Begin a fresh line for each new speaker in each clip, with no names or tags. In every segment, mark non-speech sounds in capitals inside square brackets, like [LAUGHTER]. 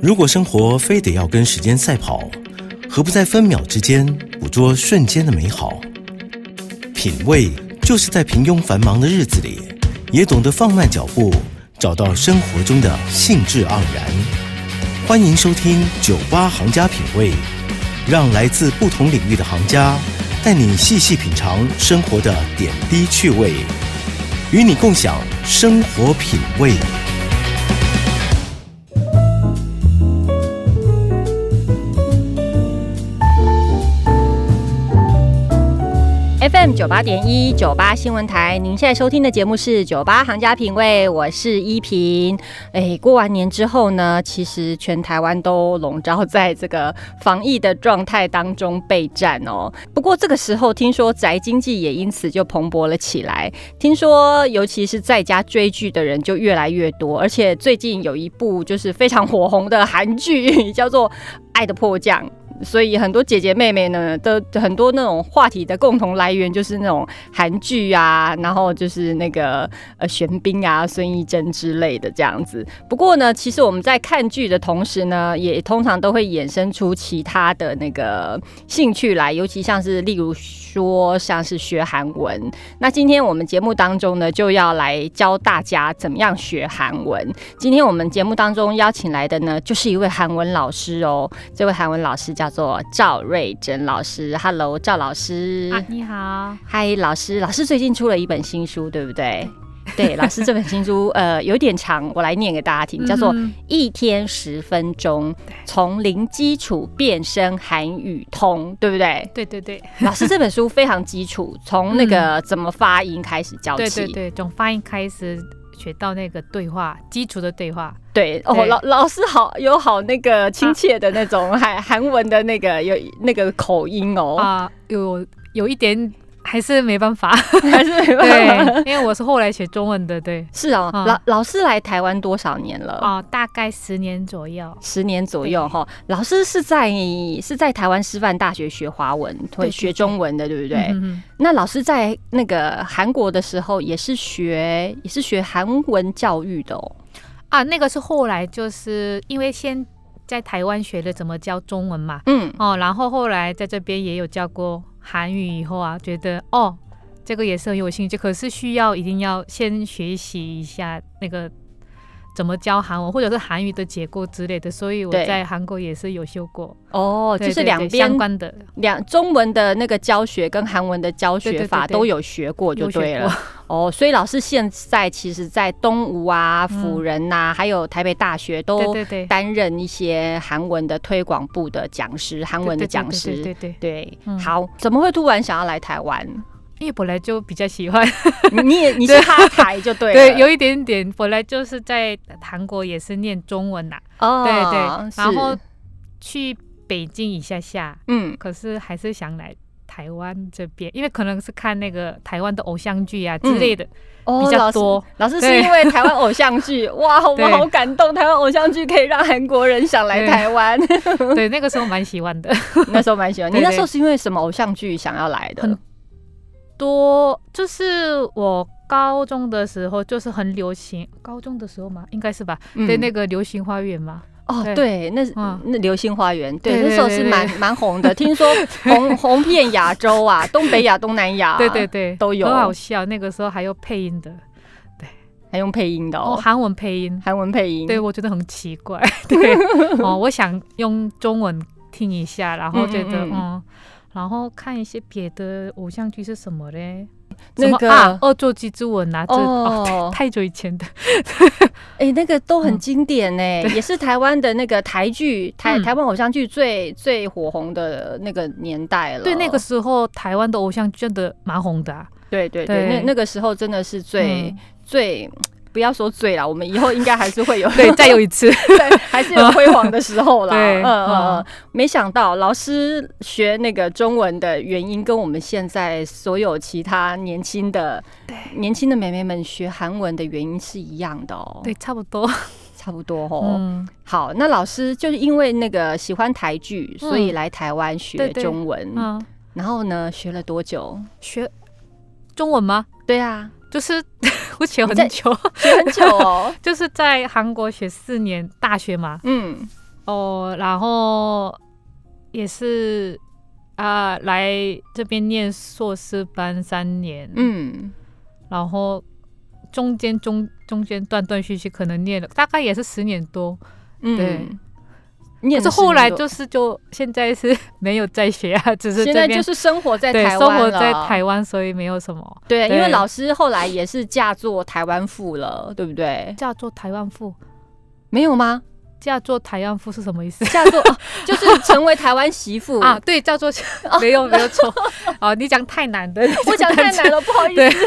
如果生活非得要跟时间赛跑，何不在分秒之间捕捉瞬间的美好？品味就是在平庸繁忙的日子里，也懂得放慢脚步，找到生活中的兴致盎然。欢迎收听《酒吧行家品味》，让来自不同领域的行家带你细细品尝生活的点滴趣味，与你共享生活品味。
FM 九八点一九八新闻台，您现在收听的节目是《九八行家品味》，我是依萍。哎，过完年之后呢，其实全台湾都笼罩在这个防疫的状态当中备战哦。不过这个时候，听说宅经济也因此就蓬勃了起来。听说，尤其是在家追剧的人就越来越多，而且最近有一部就是非常火红的韩剧，啊叫做《爱的迫降》。所以很多姐姐妹妹呢，都很多那种话题的共同来源就是那种韩剧啊，然后就是那个呃玄彬啊、孙艺珍之类的这样子。不过呢，其实我们在看剧的同时呢，也通常都会衍生出其他的那个兴趣来，尤其像是例如说像是学韩文。那今天我们节目当中呢，就要来教大家怎么样学韩文。今天我们节目当中邀请来的呢，就是一位韩文老师哦，这位韩文老师叫。叫做赵瑞珍老师，Hello，赵老师，
啊，你好，
嗨，老师，老师最近出了一本新书，对不对？对，老师这本新书呃有点长，我来念给大家听，叫做《
嗯
一天十分钟：从零基础变身韩语通》，对不对？
对对对， [LAUGHS]
老师这本书非常基础，从那个怎么发音开始教
嗯对
起，
对对，从发音开始学到那个对话，基础的对话。
对哦，
对
老老师好，有好那个亲切的那种韩韩文的那个有那个口音哦，
啊、有有一点还是没
[LAUGHS]
办法，
还是没办法
对，因为我是后来学中文的，对，
[LAUGHS] 是哦，
嗯
老老师来台湾多少年了？
啊、大概十年左右，
十年左右哈。老师是在是在台湾师范大学学华文，会
对
学中文的，对不对？
嗯哼
那老师在那个韩国的时候，也是学也是学韩文教育的哦。
哼啊，那个是后来就是因为先在台湾学了怎么教中文嘛，
嗯，
哦，然后后来在这边也有教过韩语，以后啊，觉得哦，这个也是很有兴趣，可是需要一定要先学习一下那个怎么教韩文，或者是韩语的结构之类的，所以我
对
在韩国也是有修过，
哦，
对
就是
对
两
对
边
相关的
两中文的那个教学跟韩文的教
对
学
对对
法
对
都有学过就
有学
对了
过。
[LAUGHS] 哦，所以老师现在其实，在东吴啊、辅仁呐、还有台北大学
嗯对
都
对对，
担任一些韩文的推广部的讲师，韩文的讲师。
对对对对对，
对，
嗯
好，怎么会突然想要来台
[LAUGHS]
湾？
因为本来就比较喜欢，
你你也你是哈台就对了，
对，有一点点，本来就是在韩国也是念中文呐、
哦，
对对，
是
然后去北京一下下，
嗯，
可是还是想来台湾这边，因为可能是看那个台湾的偶像剧啊之类的。
哦
比较
老师
多
老师是
对
因为台湾偶像剧，哇，我
对
们好感动，台湾偶像剧可以让韩国人想来
对
台湾。
[LAUGHS] 对，那个时候蛮喜欢的。
那时候蛮喜欢，你
对对
那时候是因为什么偶像剧想要来的
很？ [LAUGHS] 多就是我高中的时候就是很流行，高中的时候嘛，应该是吧？
嗯
对，那个《流星花园》嘛。
哦，
对
对，那
嗯
那《流星花园》对，
对
那
对
时候是
对对
蛮蛮红
[LAUGHS]
的，听说红红遍亚洲啊，东北亚、东南亚，啊
对对，对，
都有
很好笑。那个时候还有配音的，
还用配音的
哦，
哦，
韩文配音。
韩文配音，
对，我觉得很奇怪。 [LAUGHS] 对，哦，我想用中文听一下，然后觉得
嗯嗯
嗯
嗯
然后看一些别的偶像剧是什么嘞？
那
什么
个
啊，恶作剧之吻啊，这
哦
哦对太久以前的，
哎，那个都很
嗯
经典
[LAUGHS]
呢，也是台湾的那个台剧、台
嗯
台湾偶像剧最最火红的那个年代了。
对，那个时候台湾的偶像剧真的蛮红的、啊，
对对对，
对
那那个时候真的是最
嗯
最。不要说最啦，我们以后应该还是会
[LAUGHS]
有
[LAUGHS] 对，再有一次，
[LAUGHS] 对，还是有辉煌的时候啦。
嗯 [LAUGHS]
嗯
对
嗯嗯
嗯，
没想到老师学那个中文的原因，跟我们现在所有其他年轻的年轻的妹妹们学韩文的原因是一样的哦。
对，，差不多，
差不多哦。
嗯，
好，那老师就是因为那个喜欢台剧，所以来台湾学
嗯对对
中文。
嗯，
然后呢，学了多久？
学中文吗？
对啊，
就是 [LAUGHS] 我学很
在
久， [LAUGHS]
学很久哦。
就是在韩国学四年大学嘛，
嗯，
哦，然后也是啊、来这边念硕士班三年，，
嗯，
然后中间中中间断断续续，可能念了大概也是十年多，
嗯，
对。
你
可
也
是后来就是就现在是 [LAUGHS] 没有在学啊，只是
现
这
在
边
就是生活在
对
台
生
湾
活在
了
台湾，所以没有什么
对，因
对
为老师后来也是嫁作台湾妇了，对不对？
叫做台湾妇，
没有吗？
叫做台湾妇是什么意思？
嫁作、哦就是成为台湾媳 [LAUGHS] 妇
[LAUGHS] 啊，。对，叫做没有没有错哦，你讲太难的，
我讲太难了，不好意
对
思。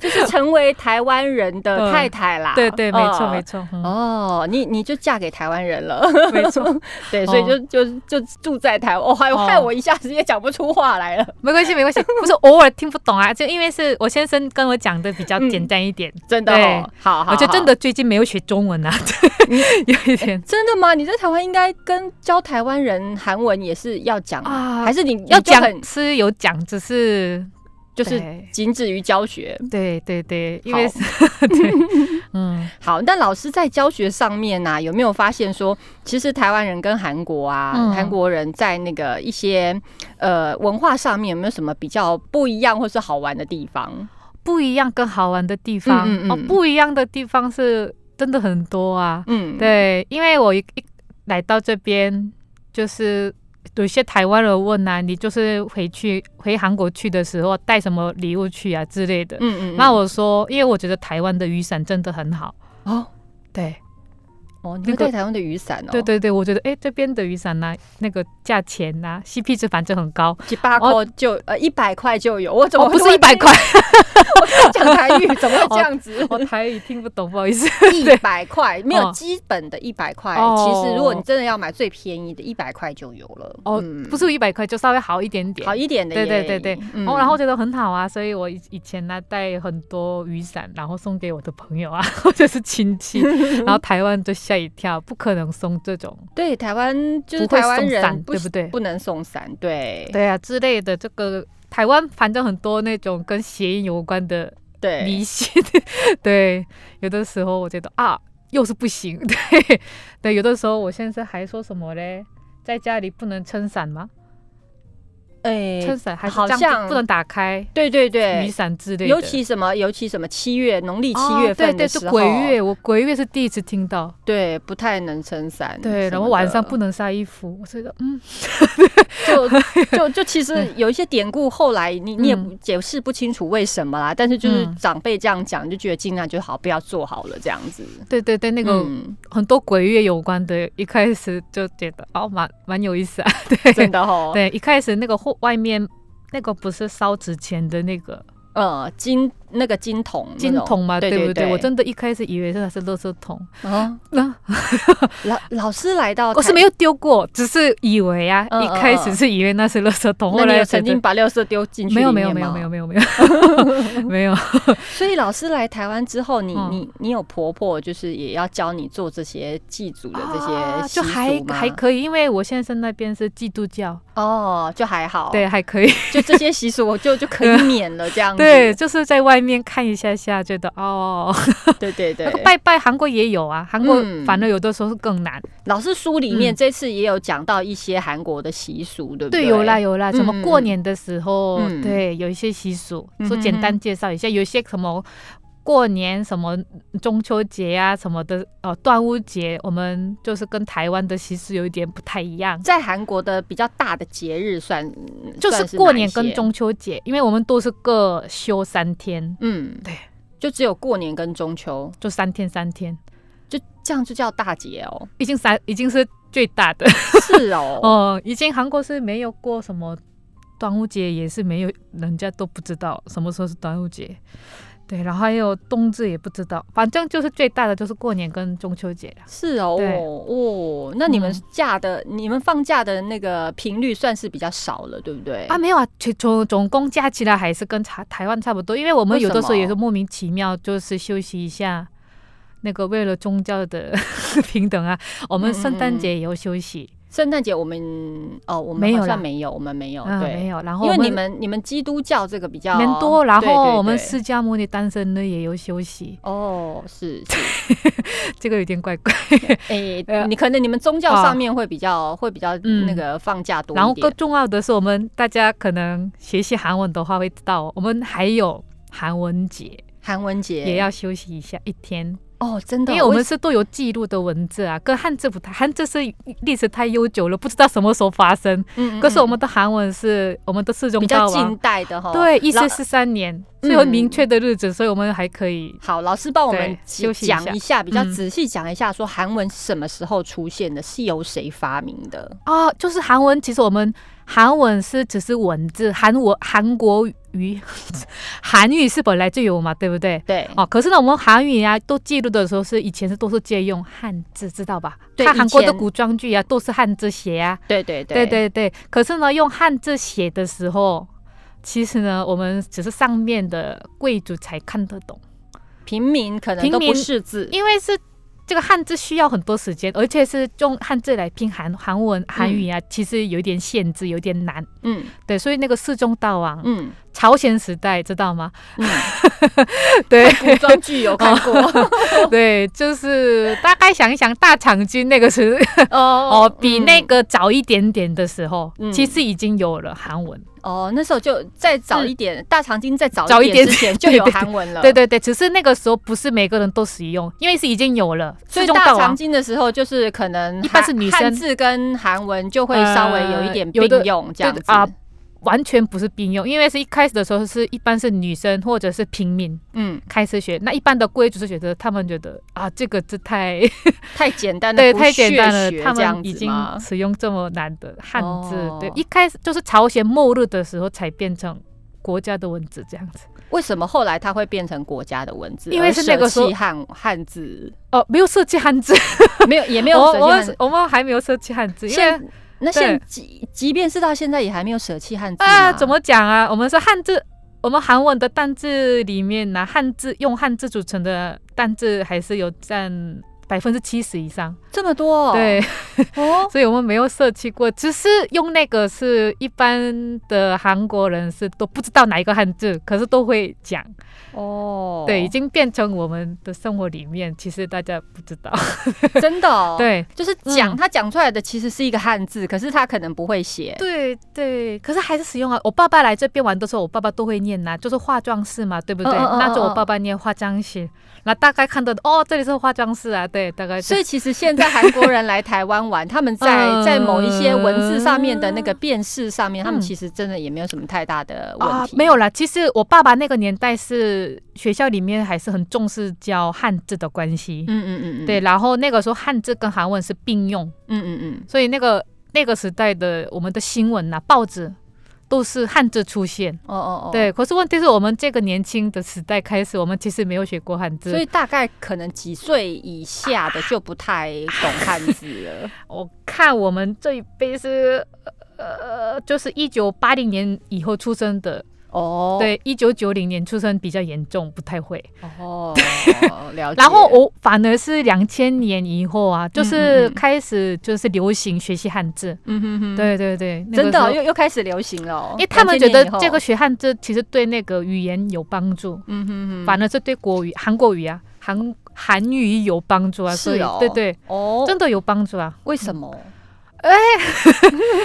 就是成为台湾人的
嗯
太太啦。
对对，没错
嗯
没错，嗯
哦，你你就嫁给台湾人了，
没错，
[LAUGHS] 对，所以就就就住在台哦湾，哦，还有
哦
害我一下子也讲不出话来了，
没关系没关系，不是偶尔听不懂啊，就因为是我先生跟我讲的比较
嗯
简单一点，
真的
对
哦，好好，
我觉
好
得
嗯
真的最近没有学中文啊， [LAUGHS] 有一点
真的吗？你在台湾应该跟教台湾人韩文也是要讲啊，
啊
还是你
要
你就
讲
很
是有讲，只是
就是
对
仅止于教学？
对对对，因为
好
是 [LAUGHS] 对，
[LAUGHS]
嗯
好，那老师在教学上面呢、有没有发现说，其实台湾人跟韩国啊，
嗯
韩、国人在那个一些呃文化上面有没有什么比较不一样或是好玩的地方？
不一样跟好玩的地方
嗯嗯
哦
嗯，
不一样的地方是真的很多啊，
嗯，，
对，因为我一一来到这边，就是有些台湾人问啊，你就是回去回韩国去的时候带什么礼物去啊之类的。
嗯嗯，
那我说，因为我觉得台湾的雨伞真的很好。
哦
对，
哦，你
那
会
个
带台湾的雨伞哦，
对，对对，我觉得哎，这边的雨伞呢、那个价钱呐、CP 值反正很高。
几八块就、呃一百块就有，我怎么
哦哦，不
突
是
然
一百哦块，
我刚讲台语怎么会这样子？
[LAUGHS] 我台语听不懂，不好意思。
一百块没有
哦
基本的一百块，
哦
其实如果你真的要买最便宜的，一百块就有了。
哦，
嗯
不是一百块，就稍微好一点点。
好一点的也
对
有，
对对对，
嗯
哦，然后觉得很好啊，所以我以以前呢带很多雨伞，然后送给我的朋友啊， [LAUGHS] 或者是亲
[LAUGHS]
戚，然后台湾就吓一跳，不可能送这种，
对台湾就是
不会
台湾
送
人
伞
不
对不对
不能送伞，对
对啊之类的。这个台湾反正很多那种跟谐音有关的迷
对，
信， [LAUGHS] 对，有的时候我觉得啊，又是不行， [LAUGHS] 对对，有的时候我先生还说什么嘞，在家里不能撑伞吗？撑
哎，
伞还是
好
这样
像
子不能打开
对对
雨
对，
伞之类的，
尤其什么尤其什么七月农历七月份
哦、对对
的
是
时候，嗯
鬼月，我鬼月是第一次听到。
对不太能撑伞，
对，然后晚上不
能
能晒衣服，我觉得嗯， [LAUGHS]
就就就其实有一些典故，后来你你也不解释不清楚为什么啦，但是就是
嗯
长辈这样讲，就觉得尽量就好，不要做好了这样子。
对对对，那个 [LAUGHS]
嗯，
很多鬼月有关的，一开始就觉得哦，蛮蛮有意思啊，对
真的哦，
[LAUGHS] 对，一开始那个后外面那个不是烧纸钱的那个
呃，金那个金桶那种，
金桶嘛，
对
不
对
我真的一开始以为是它是垃圾
[LAUGHS]
桶，
啊，
那
老老师来到台，
我是没有丢过，只是以为啊，
嗯
一
嗯
开始是以为那是垃圾桶，
那
后
你
来
有
觉
曾
得
经把六色丢进去
没有
里
没有
面
没
吗
有没有。没有没有没有， [LAUGHS]
所以老师来台湾之后，你
嗯
你你有婆婆就是也要教你做这些祭祖的这些
啊
习
就还
俗吗？
还可以，因为我先生那边是基督教，
哦，就还好，
对，，还可以，
就这些习俗我就就可以
[LAUGHS]
免了这样子。
对，就是在外面看一下下，觉得哦，
对对对
那个 [LAUGHS] 拜拜韩国也有啊，韩国
嗯
反而有的时候是更难，
老师书里面
嗯
这次也有讲到一些韩国的习俗，对不对？
对，有啦有啦，什
嗯
么
嗯
过年的时候，
嗯
对，有一些习俗，
嗯
说
哼
简单
哼
介绍一下，有一些什么。过年什么中秋节啊什么的，呃，端午节，我们就是跟台湾的习俗有一点不太一样，
在韩国的比较大的节日算嗯
就
算
是过
哪一
年
些
跟中秋节，因为我们都是各休三天，
嗯，
对，
就只有过年跟中秋，
就三天三天，
就这样就叫大节哦。
已经三已经是最大的，
是
[LAUGHS]
哦，
哦，以前韩国是没有过什么端午节，也是没有，人家都不知道什么时候是端午节。对，然后还有冬至也不知道，反正就是最大的就是过年跟中秋节了。
是哦，
对
哦哦，那你们
嗯
假的、你们放假的那个频率算是比较少了，对不对？
啊，没有啊，全总总共加起来还是跟台台湾差不多，因为我们有的时候
为什么
也是莫名其妙，就是休息一下。 [LAUGHS]
嗯
那个为了宗教的平等啊，我们圣诞节也要休息，
圣诞节我们哦，我们
没有
好像
啦
没有，我们没有，
嗯，
哦对，
没有。然后
因为
我
你们你们基督教这个比较
人多，然
哦对对对
后我们释迦牟尼单身的也有休息， [LAUGHS]
哦，是是，
这个有点怪怪。
哎、
呃
你可能你们宗教
啊
上面会比较、会比较
嗯
那个放假多一点，
然后更重要的是，我们大家可能学习韩文的话会知道，我们还有韩文节
韩文节
也要休息一下一天，
哦，真的
因
哦，
为我们
是
是都有记录的文字啊，跟汉字不太，汉字是历史太悠久了，不知道什么时候发生。
嗯嗯
可是
嗯
我们的韩文是我们的世宗
比较
大
近哦嗯
王，
代的哈，
啊对，一
老
四四三年，所以很明确的日子，所以我们还可以。
好，老师帮我们
对
解
休息一下
讲一下，比较
嗯
仔细讲一下，说韩文什么时候出现的，是由谁发明的？
哦，就是韩文，其实我们韩文是只是文字，韩文韩国语， [LAUGHS] 韩语是本来就有嘛，对不对？
对，
哦，可是呢，我们韩语啊，都记录的时候是以前是都是借用汉字，知道吧？
对
看
以
韩国的
前
古装剧啊，都是汉字写啊。
对对
对对对，可是呢，用汉字写的时候，其实呢，我们只是上面的贵族才看得懂，
平民可能都
平
不
民
识字，
因为是这个汉字需要很多时间，而且是用汉字来拼韩韩文韩语啊，其实有点限制，有点难。
嗯
对，所以那个世宗大王，
嗯
朝鲜时代知道吗？
嗯，
[LAUGHS] 对
古装剧有看
[LAUGHS]
过
对，就是大概想一想，大长今那个时
哦
哦，比那
嗯
个早一点点的时候，
嗯
其实已经有了韩文。
哦，那时候就再早一点，大长今再早
早
一
一
点
点
之前就
对
有
对对
韩文了，
对。对对，只是那个时候不是每个人都使用，因为是已经有了。
所以
世宗
大长
王
今的时候，就是可能
啊一般是
汉
女生
汉字跟韩文就会稍微有一点
呃
并
有的
用这样子
对啊完全不是并用，因为是一开始的时候是一般是女生或者是平民
嗯，
开始学，那一般的贵族是觉得他们觉得啊这个字太
太简单的
对
不
太简
屑
单了，
学
他
这样
们已
子
经
吗
使用这么难的汉字，
哦
对，一开始就是朝鲜末日的时候才变成国家的文字这样子。
为什么后来它会变成国家的文字？
因为
而
是那个时
舍
候
弃汉汉字，
哦，没有设计汉字，
没有也 [LAUGHS] 没
没
有舍弃
我
汉
们
字。
我们还没有设计汉字，因为
现那
对
现即即便是到现在，也还没有舍弃汉字
啊，
吗
怎么讲啊？我们说汉字，我们韩文的单字里面呢、汉字用汉字组成的单字还是有占百分之七十以上。
这么多？
对， [LAUGHS]
哦，
所以我们没有设计过，只是用那个是一般的韩国人是都不知道哪一个汉字，可是都会讲。
[LAUGHS] 哦，
对，已经变成我们的生活里面，其实大家不知道。
真的、 [LAUGHS] 哦，，
[LAUGHS] 对。
就是讲、
嗯
他讲出来的其实是一个汉字，可是他可能不会写。
对对，可是还是使用啊。我爸爸来这边玩的时候，我爸爸都会念呐、就是化妆室嘛，对不对？
嗯嗯嗯
那就
嗯
我
嗯
爸爸念化妆室，那大概看到哦，这里是化妆室啊，对，大概
所
以
以其实现在韩国人来台湾玩，他们在
[LAUGHS] 嗯
在某一些文字上面的那个辨识上面，他们
嗯
其实真的也没有什么太大的问
啊
题。，
没有啦。其实我爸爸那个年代是学校里面还是很重视教汉字的关系，
嗯，嗯嗯嗯，
对。，然后那个时候汉字跟韩文是并用，
嗯嗯嗯。
所以那个那个时代的我们的新闻呐、报纸都是汉字出现。
哦哦哦，
对，可是问题是我们这个年轻的时代开始，我们其实没有学过汉字，
所以大概可能几岁以下的就不太懂汉字了。
我看我们这一辈是呃，就是一九八零年以后出生的，
[LAUGHS] 哦，，
对，一九九零年出生比较严重，不太会。
哦，了解。
[LAUGHS] 然后我反而是两千年以后啊，就
嗯
是
嗯
开始就是流行学习汉字，
嗯哼哼，
对对对，那个
真的哦
时候
又又开始流行了哦，
因为他们觉
2000
得
年以后
这个，学汉字其实对那个语言有帮助，
嗯哼哼，
反而是对国语、韩国语啊、韩韩语有帮助啊，所以
是哦
对对，
哦，
真的有帮
[LAUGHS]
助啊。
为什么？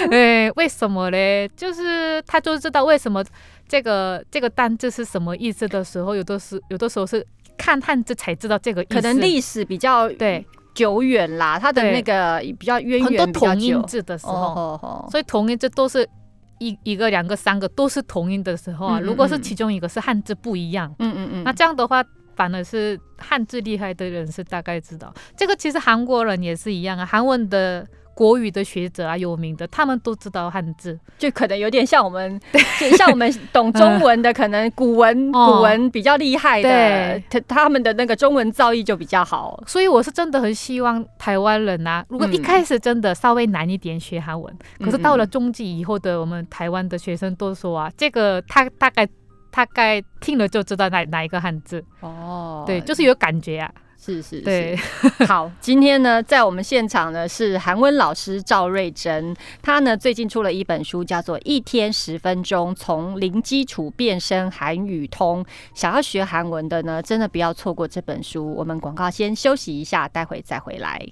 对，为什么嘞？就是他就知道为什么这个这个单字是什么意思的时候，有的时有的时候是看汉字才知道这个意思。
可能历史比较
对
久远啦，它的
对
那个比较渊
很多
源比较
同音
久。
字的时候，
哦哦
所以同音字都是一一个、两个、三个都是同音的时候啊。
嗯嗯
如果是
嗯
其中一个是汉字不一样，
嗯嗯嗯，
那这样的话。反而是汉字厉害的人是大概知道，这个其实韩国人也是一样啊。韩文的国语的学者啊，有名的，他们都知道汉字，
就可能有点像我们，就像我们懂中文的，可能古文
哦
古文比较厉害的
对，
他他们的那个中文造诣就比较好。
所以我是真的很希望台湾人啊，如果
嗯
一开始真的稍微难一点学韩文，
嗯
可是到了中级以后的我们台湾的学生都说啊，这个他大概大概听了就知道哪哪一个汉字，
哦
对，就是有感觉啊，
是是
对，
是 [LAUGHS] 好，今天呢，在我们现场呢是韩文老师赵瑞珍，他呢最近出了一本书，叫做《一天十分钟：从零基础变身韩语通》。想要学韩文的呢，真的不要错过这本书。我们广告先休息一下，待会再回来。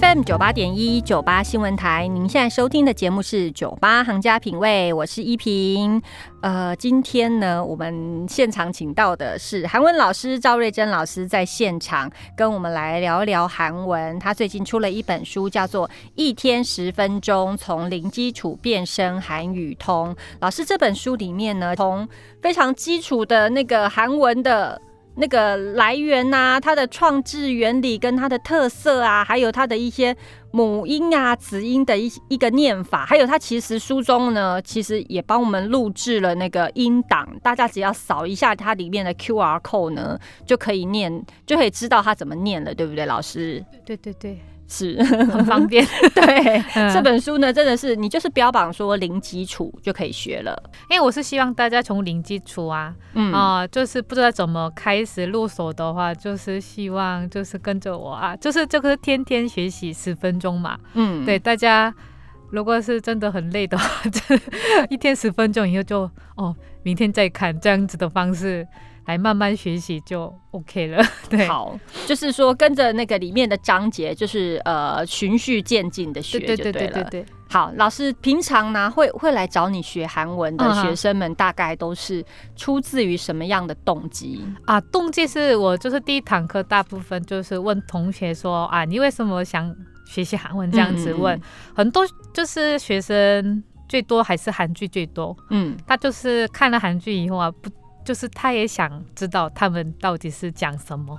FM 九八点一九八新闻台，您现在收听的节目是《九八行家品味》，我是依萍。呃，今天呢，我们现场请到的是韩文老师赵瑞珍老师，在现场跟我们来聊一聊韩文。他最近出了一本书，叫做《一天十分钟：从零基础变身韩语通》。老师这本书里面呢，从非常基础的那个韩文的那个来源呐、它的创制原理跟它的特色啊，还有它的一些母音啊、子音的一一个念法，还有它其实书中呢，其实也帮我们录制了那个音档，大家只要扫一下它里面的 Q R code 呢，就可以念，就可以知道它怎么念了，对不对？老师
对对对，
是 [LAUGHS]
很方便。
对。
嗯
这本书呢，真的是你就是标榜说零基础就可以学了，
因为我是希望大家从零基础啊，
嗯
啊、就是不知道怎么开始入手的话，就是希望就是跟着我啊，就是这个天天学习十分钟嘛。
嗯
对大家，如果是真的很累的话，这一天十分钟以后就哦，明天再看这样子的方式来慢慢学习就 OK 了。 [LAUGHS] 对，
好，就是说跟着那个里面的章节，就是呃循序渐进的学
对，对
就
对
对
对对
了。
对。
好，老师平常呢会会来找你学韩文的
嗯哼
学生们，大概都是出自于什么样的动机？
啊，动机是我就是第一堂课，大部分就是问同学说啊，你为什么想学习韩文这样子问，
嗯
很多就是学生最多还是韩剧最多，
嗯
他就是看了韩剧以后啊，不就是他也想知道他们到底是讲什么，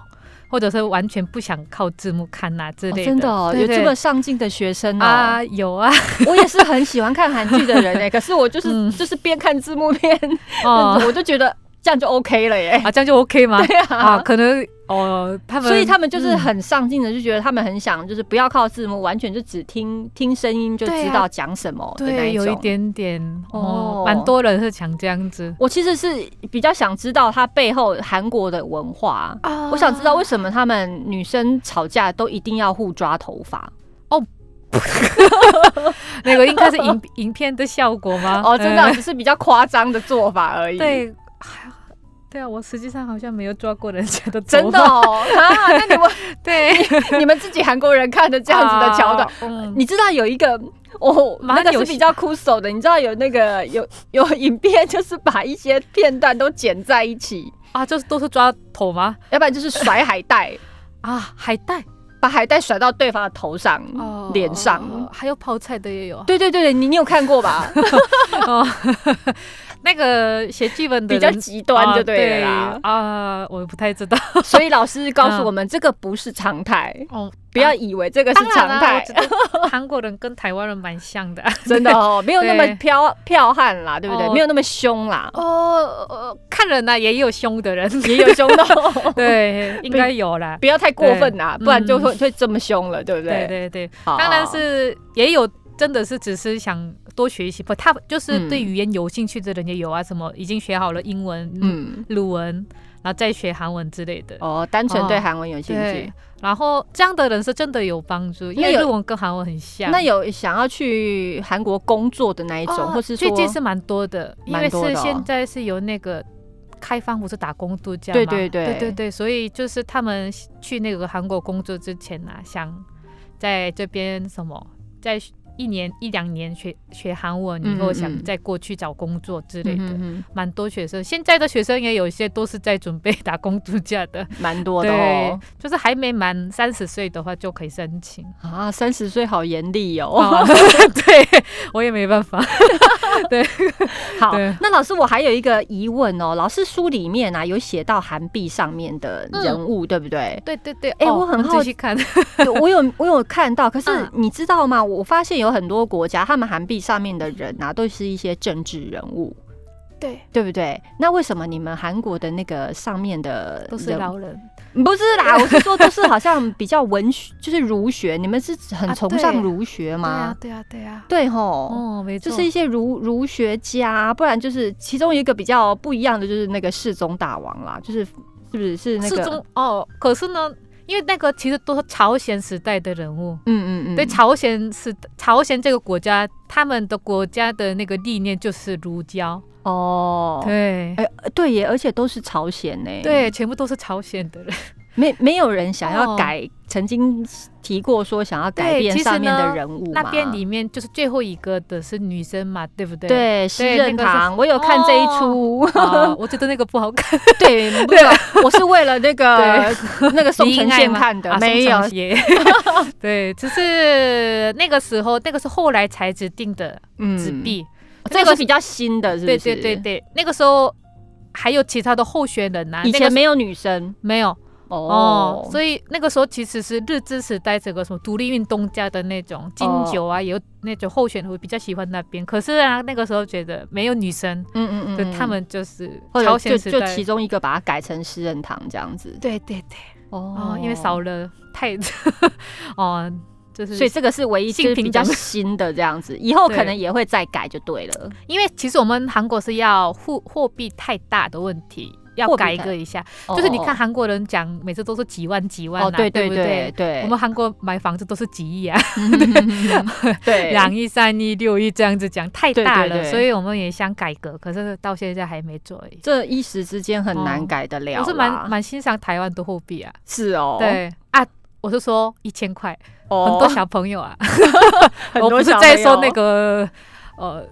或者是完全不想靠字幕看呐、之
哦
类的，
真的哦，
对
有这
对
么上进的学生哦。
啊，有啊，
[LAUGHS] 我也是很喜欢看韩剧的人 [LAUGHS] 哎，可是我就是、
嗯
就是边看字幕边，
哦
[LAUGHS] 我就觉得这样就 OK 了
[LAUGHS]
耶。
啊，这样就 OK 吗？
[LAUGHS] 对
啊，
啊。
可能哦，他们
所以他们就是
嗯
很上进的，就觉得他们很想，就是不要靠字幕，完全就只听听声音就
对啊
知道讲什么的那
对，有
种
一点点
哦
哦，蛮多人是想这样子。
我其实是比较想知道它背后韩国的文化。
啊
我想知道为什么他们女生吵架都一定要互抓头发？
那个应该是
[LAUGHS]
影影片的效果吗？
哦，真的啊
嗯
只是比较夸张的做法而已。，
对，对啊，我实际上好像没有抓过人家的头发
真的哦。 [LAUGHS] 啊，那你们
[LAUGHS] 对
你们自己韩国人看的 [LAUGHS] 这样子的桥段，
啊嗯
你知道有一个哦，
蛮
那个
有
是
趣
比较枯手的。你知道有那个有有影片，就是把一些片段都剪在一起，
啊，就是都是抓头吗？
要不然就是甩海
[LAUGHS]
带，
啊，海带
把海带甩到对方的头上、脸上。
哦还有泡菜的也有啊。
对对对对，你你有看过吧？
哦， [LAUGHS] 那个写剧本的
比较
人
极端就
啊
对了啦。
啊，我不太
[LAUGHS]
知道。 [LAUGHS]
所以老师告诉我们，这个不是常态，
嗯哦，
不要以为这个是
当然
常
啦
态
我，知道韩国人跟台湾人蛮像的。
真的哦，没有那么
对
彪彪悍啦，对不对？
哦
没有那么凶啦，[LAUGHS]
[LAUGHS] 哦，呃看人呐、也有凶的人，
也有凶的哦，
[LAUGHS]
[LAUGHS]
对，应该有啦。
不要太过分啦，
对
不然就
嗯
会会这么凶了，对不对？
对对对，
好
当然是也有真的是只是想多学一些，不，他就是对
嗯
语言有兴趣的人也有啊，什么已经学好了英文、嗯、
嗯。
鲁文，然后再学韩文之类的。
哦，单纯对
哦
韩文有兴
对
趣。，
然后这样的人是真的有帮助，因为
那有
日文跟韩文很像。
那有想要去韩国工作的那一种，
哦
或是说
最，近是蛮多的，因
蛮
为
多的
是
哦
现在是由那个开放不是打工度假嘛，
对对对
对对对，所以就是他们去那个韩国工作之前啊，想在这边什么，在一年一两年学学韩文以
嗯
后，
嗯
想
嗯
再过去找工作之类
嗯
的，
哼哼
蛮多学生，现在的学生也有一些都是在准备 [LAUGHS] 打工度假的，
蛮多的
对
哦。，
就是还没满三十岁的话就可以申请。
啊，三十岁好严厉哦。
哦 [LAUGHS] 对我也没办法，
好
对，
那老师，我还有一个疑问哦。老师书里面啊有写到韩币上面的人物，对不对？
对对对，
哎
哦
我很好
继续看。
有我有我有看到，可是
嗯
你知道吗？我发现有很多国家，他们韩币上面的人啊，都是一些政治人物。
对，
对不对？那为什么你们韩国的那个上面的
都是
人
老人。
不是啦，我是说都是好像比较文学，就是儒学，你们是很
啊
崇
对
尚儒学吗？
对啊，对啊，
对吼，
哦，没错，
就是一些儒儒学家，不然就是其中一个比较不一样的就是那个世宗大王啦，就是是不是是那
是
个
中哦。可是呢，因为那个其实都是朝鲜时代的人物，
嗯嗯嗯，
对朝鲜是朝鲜这个国家，他们的国家的那个理念就是儒教，
哦，
对、
哎、对耶，而且都是朝鲜呢，，
对，全部都是朝鲜的人。
没没有人想要
哦
改，曾经提过说想要改
对
变
其实
上面的
呢
人物嘛
那边里面就是最后一个的是女生嘛，对不对？。
对诗
对
任
那个是
堂，我有看这一出， [LAUGHS]
啊，我觉得那个不好看。
对，不是，我是为了那个
[LAUGHS]
那个宋
你应
承
该
宪
吗
看的
啊，
没有
宋
[LAUGHS]
承，宪 [LAUGHS] 对，只是那个时候，那个是后来才指定的
嗯
纸币。
这个是比较新的，是不
对
嗯是？
对对，对，那个时候还有其他的候选人呐、啊，
以
那个
前
时
没有女生
没有
哦
哦，，所以那个时候其实是日治时代这个什么独立运动家的那种金九啊，有那种候选人会比较喜欢那边。可是啊，那个时候觉得没有女生，
嗯嗯嗯
就
嗯
他们就是
或
朝
者就
鲜时
就
代
其中一个把它改成诗人堂这样子
对对对，
哦
哦，因为少，了太 [LAUGHS] 哦，就是
所以这个是唯一
性
就是
平
比较
等
新的这样子，以后可
对
能也会再改就对了。
因为其实我们韩国是要货货币太大的问题。要
货币
改
太
革一下，
哦
[LAUGHS] 就是你看
[LAUGHS] 哦
韩国人讲，每次都是几万几万、啊，
哦，对
对
对
不
对对，
我们韩国买房子都是几亿啊，
对
两亿、三亿、六亿这样子讲，太大了，
对对对
所以我们也想改革，可是到现在还没做而已。
这一时之间很难
哦
改得了啦。
我是蛮蛮欣赏台湾的货币啊，
是哦，
对啊，我是说一千块，
哦，
很多小朋友啊，
[LAUGHS] 很
我
多
不是
小
在
朋
说
友
那个呃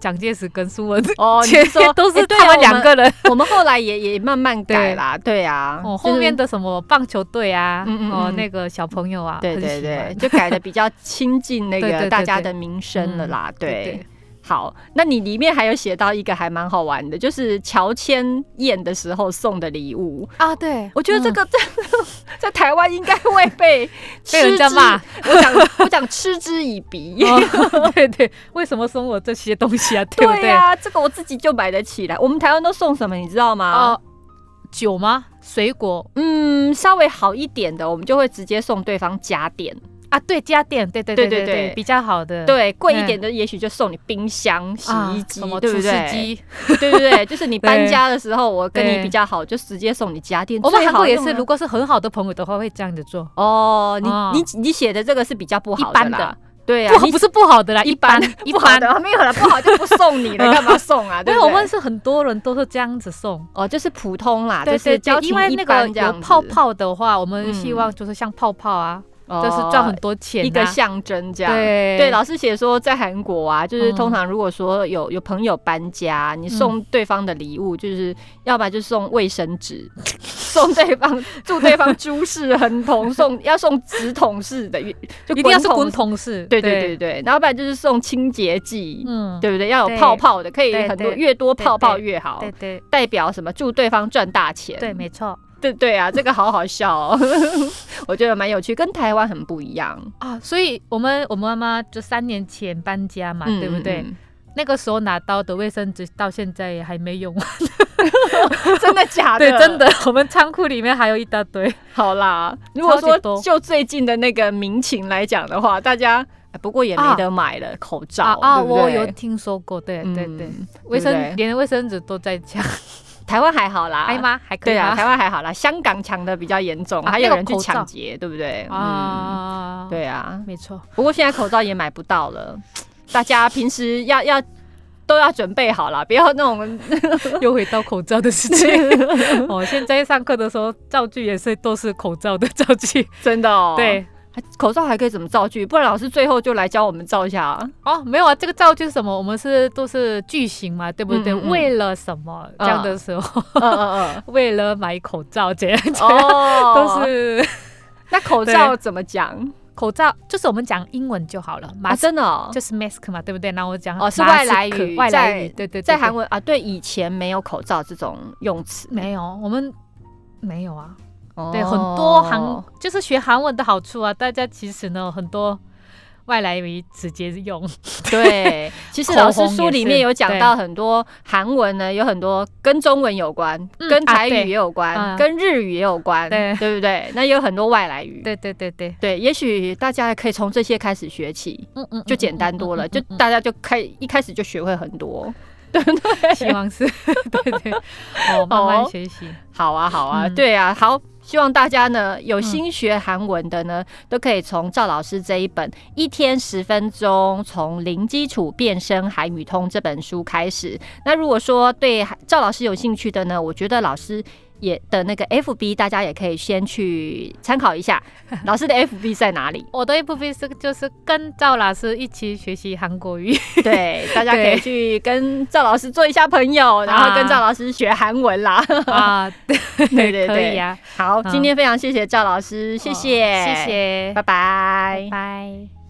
蒋介石跟苏文， [LAUGHS]
哦，你
全
是说
都是
哎对啊
他们
我
两个人，
我们 [LAUGHS] 后来也也慢慢改啦，对啊，
哦，
就是
后面的什么棒球队啊，
嗯嗯
哦
嗯
那个小朋友啊，
对
很
对
喜
对
欢，
就改的比较亲近那
对 [LAUGHS] 对
个
对
大家
对嗯
的民生了啦，
对
对。好，那你里面还有写到一个还蛮好玩的，就是乔迁宴的时候送的礼物。
啊对，
我觉得这
嗯
个在、 [LAUGHS] 在台湾应该会
[LAUGHS]
被
被人
嗤
家
之
骂。
我讲我讲嗤之以鼻。 [LAUGHS]
哦对对，为什么送我这些东西啊？对不
对呀、这个我自己就买得起来。我们台湾都送什么，你知道吗？
哦，酒吗？水果
嗯，稍微好一点的，我们就会直接送对方家电。
啊？对，家电，对对
对
对
对对
对对，比较好的，
对，贵一
嗯
点的，也许就送你冰箱、洗
啊，
衣机，
什么
对不
厨师
对？
机，
对对对，就是你搬
[LAUGHS] 对
家的时候，我跟你
对
比较好，就直接送你家电。
我们
最
韩
好
国也
用
是，
的
如果是很好的朋友的话，会这样子做。
哦，你
哦
你你写的这个是比较不好
一般
啦
的，
对啊
不，好，
你
不是不好的啦，一般一
不好
般。
的没有了，不好就不送你 [LAUGHS] 了，干嘛送啊？
因
对
为
不
我
对？
们是很多人都是这样子送，
哦，就是普通啦，
对
就是
对
交
对，
情
因为
一
那个
般这
有
样子
泡，泡的话，我们
嗯
希望就是像泡泡啊，
就
就是赚很多钱啊，
哦一个象征这样。
对
对，老师写说，在韩国啊，就是
嗯
通常如果说有有朋友搬家，你送对方的礼物，就是要不然就送卫生纸， [LAUGHS] 送对方祝对方诸事亨通，送要送直筒式的，就
一定要是滚
滚筒，
筒式，
对对对对，然后不然就是送清洁剂，
嗯，
对不对？要有
对
泡泡的，可以
对
很多，
对
越多泡泡
对
越好，
对对
代表什么？祝对方赚大钱，
对，没错
对对啊，这个好好笑哦， [LAUGHS] 我觉得蛮有趣，跟台湾很不一样，
[LAUGHS] 啊。所以我们我妈妈就三年前搬家嘛，
嗯
啊对不对？？
嗯
那个时候拿到的卫生纸到现在也还没用完，啊
嗯 [LAUGHS] 真的假的？
对，真的， [LAUGHS] 我们仓库里面还有一大堆。
好啦，如果说
超级多
就最近的那个民情来讲的话，大家哎不过也没得买了、口罩
啊，
对不对
我有听说过，对对对，
嗯对不对
卫生连卫生纸都在抢，
台湾还好啦，
哎妈，还可
对
以
啊，台
吗？
湾还好啦，香港抢的比较严重，
啊
还有人去
那个口罩
抢劫，对不对？啊、
啊，，
对啊，
没错， [LAUGHS]
不过现在口罩也买不到了，大家平时要要都要准备好啦，不要那种
又回到口罩的
[LAUGHS]
事情。哦，现在上课的时候，造句也是都是口罩的造句，
真的哦，
对。
口罩还可以怎么造句？不然老师最后就来教我们造一下啊。
哦，没有啊，这个造句是什么？我们是都是句型嘛，对不对？
嗯嗯嗯
为了什么这样的时候，
嗯 [LAUGHS] 嗯
[LAUGHS] 为了买口罩这样
嗯，
子，
哦
都是
那口罩怎么讲
口罩，就是我们讲英文就好了
啊？
，mask、
真的哦
就是 mask 嘛，对不对？然后我讲
哦是
mask，
外来语
外来
在
语，对对对，
在
对
韩文啊，对，以前没有口罩这种用词，
没有，我们没有啊。
哦
对，很多韩就是学韩文的好处啊，大家其实呢很多。外来语直接用。 [LAUGHS]
对，其实
口
老师
红
书
也
里
是
面有讲
对
到很多韩文呢，有很多跟中文有关，
嗯
跟
啊
台
对
语也有关，
嗯
跟日语也有关，
对
对不对？那也有很多外来语。
对对对对，
对，也许大家可以从这些开始学起，
嗯嗯，
就简单多了，就
嗯
大家就开一开始就学会很多。
嗯希望是， [LAUGHS] 对对，哦，慢慢学习，
好啊，好啊，
嗯
对啊，好。希望大家呢有新学韩文的
嗯
呢，都可以从赵老师这一本《一天十分钟：从零基础变身韩语通》这本书开始。那如果说对韩赵老师有兴趣的呢，我觉得老师也的那个 FB 大家也可以先去参考一下，老师的 FB 在哪里？
我的一部分是就是跟赵老师一起学习韩
[LAUGHS]
国语，
对，大家可以
对
去跟赵老师做一下朋友，然后跟
啊
赵老师学韩文啦。
啊，对
对 [LAUGHS] 对
可以
对
啊，哦
好，
嗯
今天非常谢谢赵老师，谢谢，
谢，谢，
拜拜
拜。